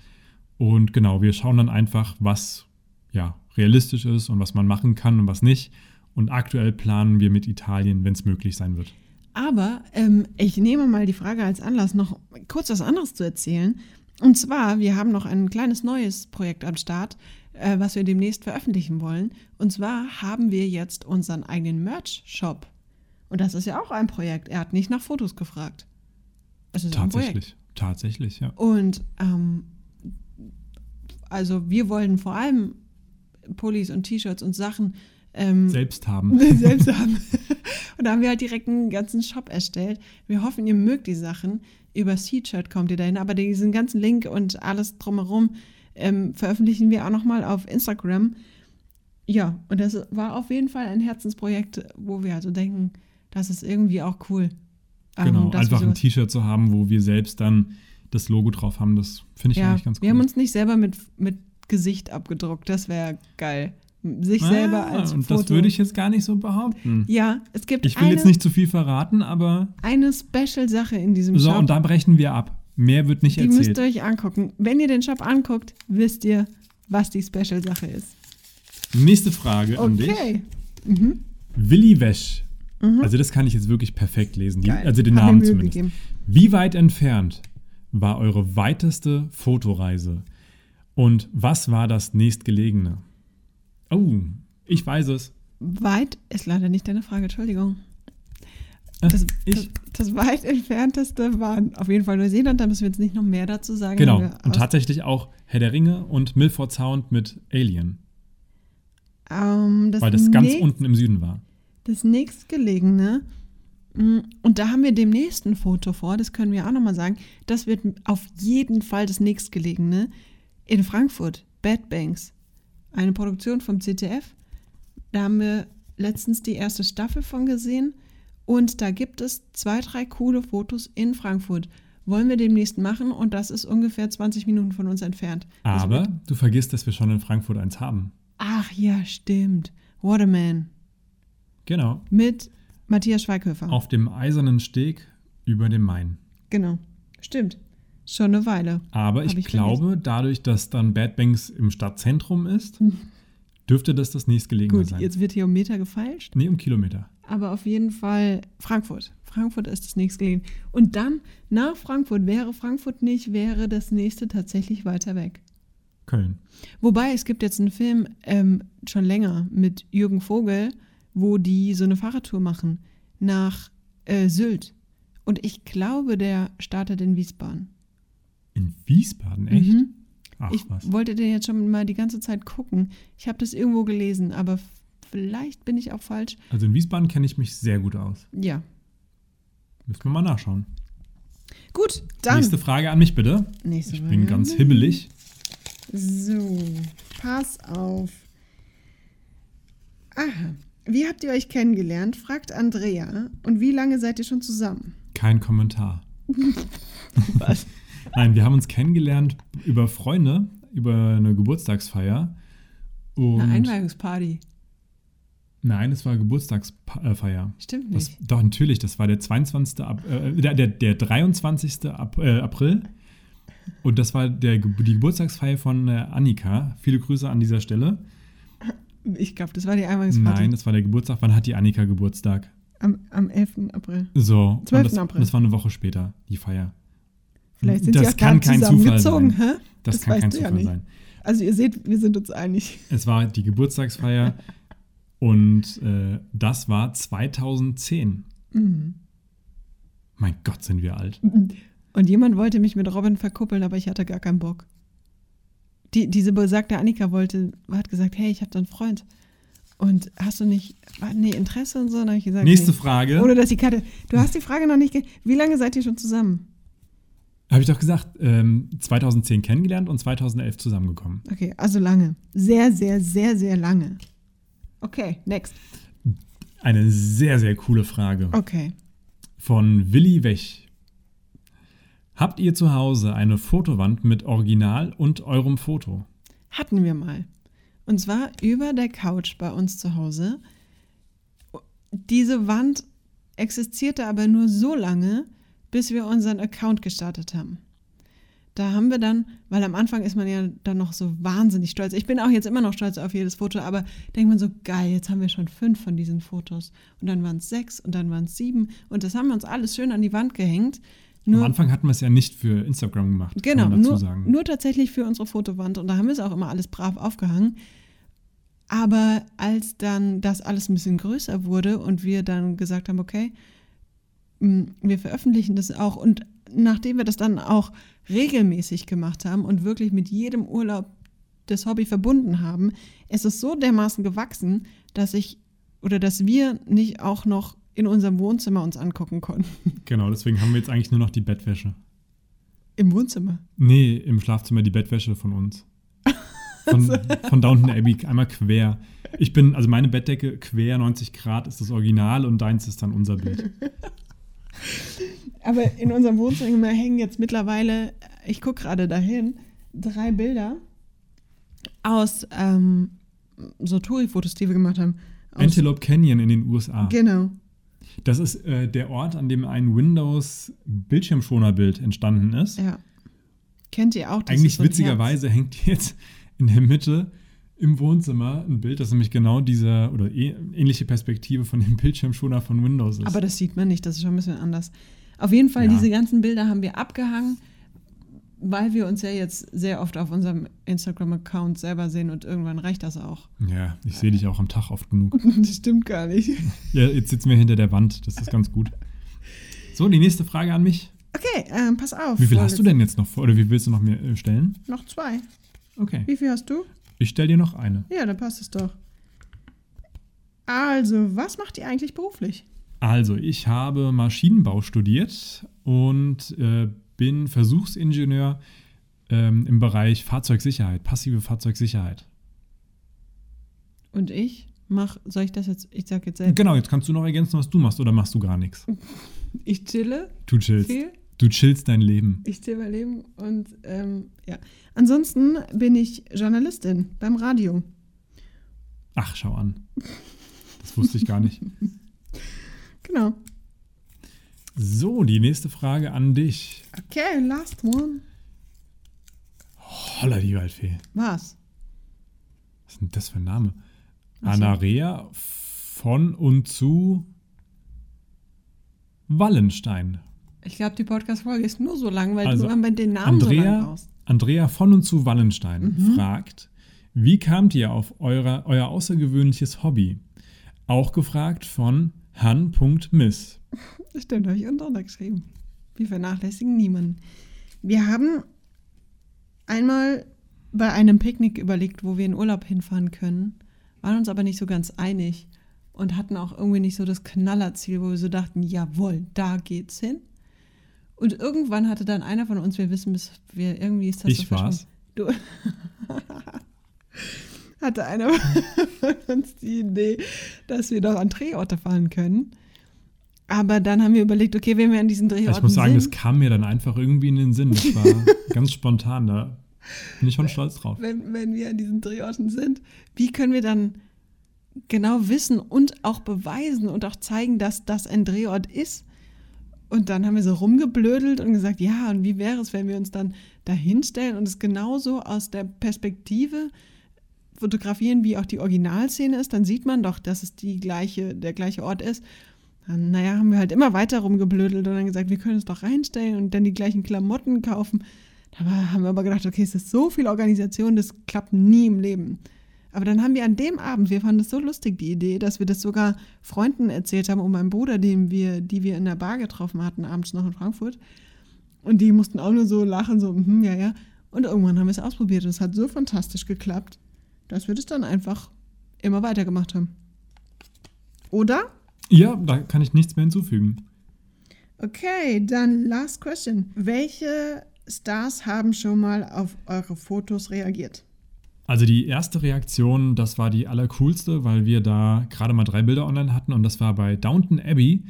C: Und genau, wir schauen dann einfach, was ja, realistisch ist und was man machen kann und was nicht. Und aktuell planen wir mit Italien, wenn es möglich sein wird.
B: Aber ähm, ich nehme mal die Frage als Anlass, noch kurz was anderes zu erzählen. Und zwar, wir haben noch ein kleines neues Projekt am Start, äh, was wir demnächst veröffentlichen wollen. Und zwar haben wir jetzt unseren eigenen Merch-Shop. Und das ist ja auch ein Projekt. Er hat nicht nach Fotos gefragt. Es ist ein Projekt.
C: Tatsächlich. Tatsächlich, ja.
B: Und ähm, also wir wollen vor allem Pullis und T-Shirts und Sachen ähm,
C: Selbst haben.
B: selbst haben. Und da haben wir halt direkt einen ganzen Shop erstellt. Wir hoffen, ihr mögt die Sachen. Über Seatshirt kommt ihr dahin. Aber diesen ganzen Link und alles drumherum ähm, veröffentlichen wir auch nochmal auf Instagram. Ja, und das war auf jeden Fall ein Herzensprojekt, wo wir also denken, das ist irgendwie auch cool. Ähm,
C: Genau.
B: dass wir
C: Einfach ein
B: sowas-
C: T-Shirt zu haben, wo wir selbst dann das Logo drauf haben, das finde ich
B: ja,
C: eigentlich ganz cool.
B: Wir haben uns nicht selber mit, mit Gesicht abgedruckt. Das wäre geil. Sich selber
C: Ah,
B: als
C: Und
B: Foto.
C: das würde ich jetzt gar nicht so behaupten.
B: ja, es gibt
C: Ich will
B: eine,
C: jetzt nicht zu viel verraten, aber
B: eine Special-Sache in diesem
C: so,
B: Shop.
C: und da brechen wir ab. Mehr wird nicht
B: Die müsst ihr
C: erzählt.
B: euch angucken. Wenn ihr den Shop anguckt, wisst ihr, was die Special-Sache ist.
C: Nächste Frage an dich.
B: Okay. Mhm.
C: Willi Wesch. Also das kann ich jetzt wirklich perfekt lesen. Die,
B: Geil.
C: also den
B: Hab mir
C: Namen
B: Mühe
C: zumindest.
B: gegeben.
C: Wie weit entfernt war eure weiteste Fotoreise? Und was war das nächstgelegene? Oh, ich weiß es.
B: Weit ist leider nicht deine Frage, Entschuldigung.
C: Äh,
B: Das,
C: ich,
B: das, das weit entfernteste war auf jeden Fall Neuseeland, da müssen wir jetzt nicht noch mehr dazu sagen.
C: genau.
B: wenn wir
C: Und
B: aus-
C: tatsächlich auch Herr der Ringe und Milford Sound mit Alien,
B: ähm, das
C: weil das ganz
B: nächst-
C: unten im Süden war.
B: Das nächstgelegene, mm, und da haben wir dem nächsten Foto vor, das können wir auch nochmal sagen, das wird auf jeden Fall das nächstgelegene in Frankfurt, Bad Banks. Eine Produktion vom CTF. Da haben wir letztens die erste Staffel von gesehen und da gibt es zwei, drei coole Fotos in Frankfurt. Wollen wir demnächst machen und das ist ungefähr 20 Minuten von uns entfernt. Das
C: Aber
B: wird-
C: du vergisst, dass wir schon in Frankfurt eins haben.
B: Ach ja, stimmt. Waterman
C: Genau.
B: mit Matthias Schweighöfer.
C: Auf dem eisernen Steg über dem Main.
B: Genau. Stimmt. Schon eine Weile.
C: Aber ich,
B: Hab ich
C: glaube, dadurch, dass dann Bad Banks im Stadtzentrum ist, dürfte das das nächstgelegene
B: Hm. Gut,
C: sein.
B: jetzt wird hier um Meter gefeilscht.
C: Nee, um Kilometer.
B: Aber auf jeden Fall Frankfurt. Frankfurt ist das nächstgelegene. Und dann nach Frankfurt wäre Frankfurt nicht, wäre das nächste tatsächlich weiter weg.
C: Köln.
B: Wobei es gibt jetzt einen Film ähm, schon länger mit Jürgen Vogel, wo die so eine Fahrradtour machen nach äh, Sylt. Und ich glaube, der startet in Wiesbaden.
C: In Wiesbaden, echt?
B: Mhm.
C: Ach
B: ich
C: was.
B: wollte den jetzt schon mal die ganze Zeit gucken. Ich habe das irgendwo gelesen, aber f- vielleicht bin ich auch falsch.
C: Also in Wiesbaden kenne ich mich sehr gut aus.
B: Ja.
C: Müssen wir mal nachschauen.
B: Gut, dann.
C: Nächste Frage an mich bitte.
B: Nächste
C: ich
B: Frage.
C: bin ganz hibbelig.
B: So, pass auf. Aha. Wie habt ihr euch kennengelernt? fragt Andrea. Und wie lange seid ihr schon zusammen?
C: Kein Kommentar. Nein, wir haben uns kennengelernt über Freunde, über eine Geburtstagsfeier. Und
B: Eine Einweihungsparty.
C: Nein, es war äh, Geburtstagsfeier.
B: Stimmt
C: Das,
B: nicht.
C: doch, natürlich, das war der 22. Ap äh, der, der, der 23. Ap äh, April. Und das war der, Ge- die Geburtstagsfeier von äh, Annika. Viele Grüße an dieser Stelle.
B: Ich glaube, das war die Einweihungsparty.
C: Nein, das war der Geburtstag. Wann hat die Annika Geburtstag?
B: Am, am 11. April.
C: So, und
B: 12.
C: das,
B: April.
C: das war eine Woche später, die Feier.
B: Vielleicht sind
C: das
B: sie auch
C: kann
B: gerade
C: kein
B: zusammengezogen,
C: Zufall
B: hä?
C: Das,
B: Das
C: kann
B: weißt
C: kein
B: du ja
C: Zufall
B: nicht.
C: sein.
B: Also ihr seht, wir sind uns einig.
C: Es war die Geburtstagsfeier und äh, das war 2010.
B: Mhm.
C: Mein Gott, sind wir alt.
B: Und jemand wollte mich mit Robin verkuppeln, aber ich hatte gar keinen Bock. Die, diese besagte Annika wollte, hat gesagt, hey, ich habe da einen Freund. Und hast du nicht, war, nee, Interesse und so? Dann habe ich gesagt,
C: Nächste
B: nee.
C: Frage.
B: Ohne dass die Karte. Du hast die Frage noch nicht. ge- Wie lange seid ihr schon zusammen?
C: Habe ich doch gesagt, ähm, 2010 kennengelernt und 2011 zusammengekommen.
B: Okay, also lange. Sehr, sehr, sehr, sehr lange. Okay, next.
C: Eine sehr, sehr coole Frage
B: Okay.
C: von Willi Wech. Habt ihr zu Hause eine Fotowand mit Original und eurem Foto?
B: Hatten wir mal. Und zwar über der Couch bei uns zu Hause. Diese Wand existierte aber nur so lange, bis wir unseren Account gestartet haben. Da haben wir dann, weil am Anfang ist man ja dann noch so wahnsinnig stolz. Ich bin auch jetzt immer noch stolz auf jedes Foto, aber denkt man so, geil, jetzt haben wir schon fünf von diesen Fotos. Und dann waren es sechs und dann waren es sieben. Und das haben wir uns alles schön an die Wand gehängt.
C: Am
B: Nur
C: Anfang hatten wir es ja nicht für Instagram gemacht. kann
B: Genau,
C: man dazu
B: nur,
C: sagen.
B: nur tatsächlich für unsere Fotowand und da haben wir es auch immer alles brav aufgehangen. Aber als dann das alles ein bisschen größer wurde und wir dann gesagt haben, okay, mm, wir veröffentlichen das auch und nachdem wir das dann auch regelmäßig gemacht haben und wirklich mit jedem Urlaub das Hobby verbunden haben, ist es so dermaßen gewachsen, dass ich oder dass wir nicht auch noch in unserem Wohnzimmer uns angucken konnten.
C: genau, deswegen haben wir jetzt eigentlich nur noch die Bettwäsche.
B: Im Wohnzimmer.
C: Nee, im Schlafzimmer die Bettwäsche von uns. Von, von Downton Abbey, einmal quer. Ich bin, also meine Bettdecke quer 90 Grad ist das Original und deins ist dann unser Bild.
B: Aber in unserem Wohnzimmer hängen jetzt mittlerweile, ich gucke gerade dahin, drei Bilder aus ähm, so Touri-Fotos, die wir gemacht haben. Aus,
C: Antelope Canyon in den USA.
B: Genau.
C: Das ist äh, der Ort, an dem ein Windows-Bildschirmschoner-Bild entstanden ist.
B: Ja. Kennt ihr auch? das ist
C: Eigentlich
B: so ein
C: witzigerweise hängt jetzt in der Mitte im Wohnzimmer ein Bild, das nämlich genau diese oder ä- ähnliche Perspektive von dem Bildschirmschoner von Windows ist.
B: Herz. Aber das sieht man nicht, das ist schon ein bisschen anders. Auf jeden Fall,
C: Ja.
B: diese ganzen Bilder haben wir abgehangen, weil wir uns ja jetzt sehr oft auf unserem Instagram-Account selber sehen und irgendwann reicht das auch.
C: ja, ich sehe dich auch am Tag oft genug.
B: Das stimmt gar nicht.
C: Ja, jetzt sitzen wir hinter der Wand. Das ist ganz gut. So, die nächste Frage an mich.
B: Okay, ähm, pass auf.
C: Wie viel hast du denn jetzt noch vor? Oder wie willst du noch mehr äh, stellen?
B: Noch zwei.
C: Okay.
B: Wie viel hast du?
C: Ich stelle dir noch eine.
B: Ja, dann passt es doch. Also, was macht ihr eigentlich beruflich?
C: Also, ich habe Maschinenbau studiert und äh, bin Versuchsingenieur ähm, im Bereich Fahrzeugsicherheit, passive Fahrzeugsicherheit.
B: Und ich mach, soll ich das jetzt, ich sag jetzt selbst,
C: Genau, jetzt kannst du noch ergänzen, was du machst oder machst du gar nichts.
B: ich chille
C: Du chillst.
B: viel,
C: Du chillst dein Leben.
B: ich chille mein Leben und ähm, ja. Ansonsten bin ich Journalistin beim Radio.
C: Ach, schau an. Das wusste ich gar nicht.
B: Genau.
C: So, die nächste Frage an dich.
B: Okay, last one.
C: Holla, die Waldfee.
B: Was?
C: Was ist denn das für ein Name?
B: Ach so.
C: Anarea von und zu Wallenstein.
B: Ich glaube, die Podcast-Folge ist nur so lang, weil
C: Also,
B: du immer den Namen so Mhm. lang
C: Andrea,
B: brauchst.
C: Andrea von und zu Wallenstein fragt, wie kamt ihr auf eure, euer außergewöhnliches Hobby? Auch gefragt von han.miss.
B: Stimmt, habe ich unten drunter geschrieben. Wir vernachlässigen niemanden. Wir haben einmal bei einem Picknick überlegt, wo wir in Urlaub hinfahren können, waren uns aber nicht so ganz einig und hatten auch irgendwie nicht so das Knallerziel, wo wir so dachten, jawohl, da geht's hin. Und irgendwann hatte dann einer von uns, wir wissen bis wir irgendwie ist das
C: Ich
B: so
C: war's.
B: verschwommen. Du hatte einer von uns die Idee, dass wir doch an Drehorte fahren können. Aber dann haben wir überlegt, okay, wenn wir an diesen Drehorten
C: Also Ich muss sagen, das
B: sind,
C: kam mir dann einfach irgendwie in den Sinn. Das war ganz spontan. Da bin ich schon stolz drauf.
B: wenn, wenn wir an diesen Drehorten sind, wie können wir dann genau wissen und auch beweisen und auch zeigen, dass das ein Drehort ist? Und dann haben wir so rumgeblödelt und gesagt, ja, und wie wäre es, wenn wir uns dann dahinstellen und es genauso aus der Perspektive fotografieren, wie auch die Originalszene ist, dann sieht man doch, dass es die gleiche, der gleiche Ort ist. Dann, naja, haben wir halt immer weiter rumgeblödelt und dann gesagt, wir können uns doch reinstellen und dann die gleichen Klamotten kaufen. Da war- haben wir aber gedacht, okay, es ist so viel Organisation, das klappt nie im Leben. Aber dann haben wir an dem Abend, wir fanden es so lustig, die Idee, dass wir das sogar Freunden erzählt haben und meinem Bruder, den wir, die wir in der Bar getroffen hatten, abends noch in Frankfurt. Und die mussten auch nur so lachen, so, mhm, ja, ja. Und irgendwann haben wir es ausprobiert und es hat so fantastisch geklappt, dass wir das dann einfach immer weitergemacht haben. Oder?
C: Ja, da kann ich nichts mehr hinzufügen.
B: Okay, dann last question. Welche Stars haben schon mal auf eure Fotos reagiert?
C: Also die erste Reaktion, das war die allercoolste, weil wir da gerade mal drei Bilder online hatten und das war bei Downton Abbey.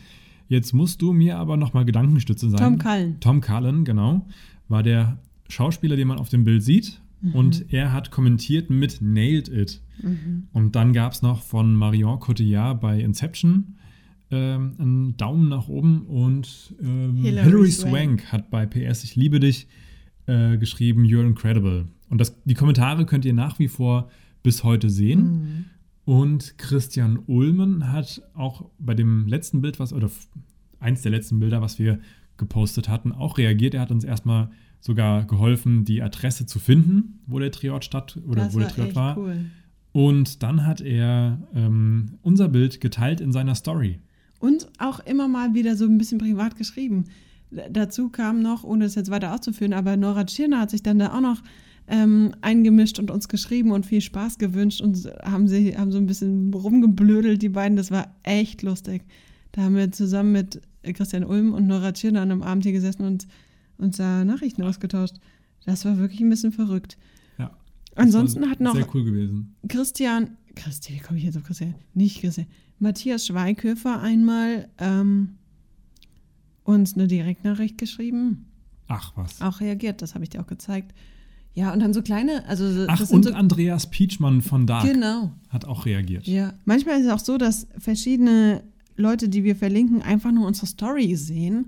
C: Jetzt musst du mir aber nochmal Gedankenstütze sein.
B: Tom Cullen.
C: Tom Cullen, genau, war der Schauspieler, den man auf dem Bild sieht.
B: Mhm.
C: Und er hat kommentiert mit Nailed It. Und dann gab es noch von Marion Cotillard bei Inception ähm, einen Daumen nach oben. Und ähm,
B: Hilary
C: Hilary,
B: Swank.
C: Swank. hat bei PS Ich liebe dich äh, geschrieben, You're incredible. Und das, die Kommentare könnt ihr nach wie vor bis heute sehen.
B: Mhm.
C: Und Christian Ulmen hat auch bei dem letzten Bild, was, oder f- eins der letzten Bilder, was wir gepostet hatten, auch reagiert. Er hat uns erstmal sogar geholfen, die Adresse zu finden, wo der Triort statt oder
B: das
C: wo der
B: war
C: Triort
B: echt
C: war.
B: cool.
C: Und dann hat er ähm, unser Bild geteilt in seiner Story.
B: Und auch immer mal wieder so ein bisschen privat geschrieben. D dazu kam noch, ohne es jetzt weiter auszuführen, aber Nora Tschirner hat sich dann da auch noch ähm, eingemischt und uns geschrieben und viel Spaß gewünscht und s- haben sie haben so ein bisschen rumgeblödelt, die beiden. Das war echt lustig. Da haben wir zusammen mit äh, Christian Ulm und Nora Tschirner an einem Abend hier gesessen und uns da Nachrichten ausgetauscht. Das war wirklich ein bisschen verrückt.
C: Ja. Das
B: Ansonsten
C: war
B: hat noch
C: Sehr cool gewesen.
B: Christian, Christian, wie komme ich jetzt auf Christian? Nicht Christian. Matthias Schweighöfer einmal ähm, uns eine Direktnachricht geschrieben,
C: Ach was.
B: auch reagiert, das habe ich dir auch gezeigt. Ja, und dann so kleine, also so-
C: Ach,
B: das
C: und
B: sind so,
C: Andreas Pietschmann von Dark
B: genau.
C: hat auch reagiert.
B: Ja, manchmal ist es auch so, dass verschiedene Leute, die wir verlinken, einfach nur unsere Story sehen.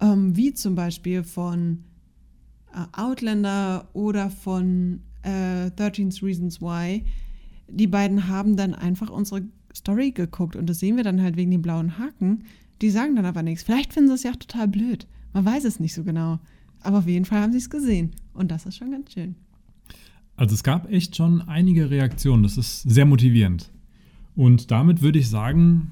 B: Ähm, wie zum Beispiel von äh, Outlander oder von äh, 13 Reasons Why. Die beiden haben dann einfach unsere Story geguckt und das sehen wir dann halt wegen den blauen Haken. Die sagen dann aber nichts. Vielleicht finden sie es ja auch total blöd. Man weiß es nicht so genau. Aber auf jeden Fall haben sie es gesehen. Und das ist schon ganz schön.
C: Also es gab echt schon einige Reaktionen. Das ist sehr motivierend. Und damit würde ich sagen,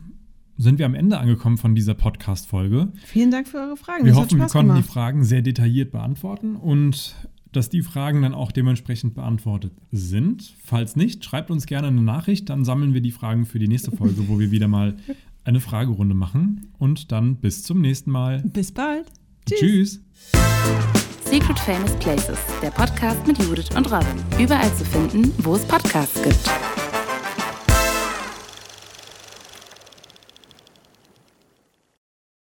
C: sind wir am Ende angekommen von dieser Podcast-Folge.
B: Vielen Dank für eure Fragen.
C: Wir
B: das
C: hoffen, wir
B: hat Spaß
C: konnten
B: gemacht.
C: die Fragen sehr detailliert beantworten und dass die Fragen dann auch dementsprechend beantwortet sind. Falls nicht, schreibt uns gerne eine Nachricht, dann sammeln wir die Fragen für die nächste Folge, wo wir wieder mal eine Fragerunde machen. Und dann bis zum nächsten Mal.
B: Bis bald. Tschüss.
C: Tschüss.
A: Secret Famous Places, der Podcast mit Judith und Robin. Überall zu finden, wo es Podcasts gibt.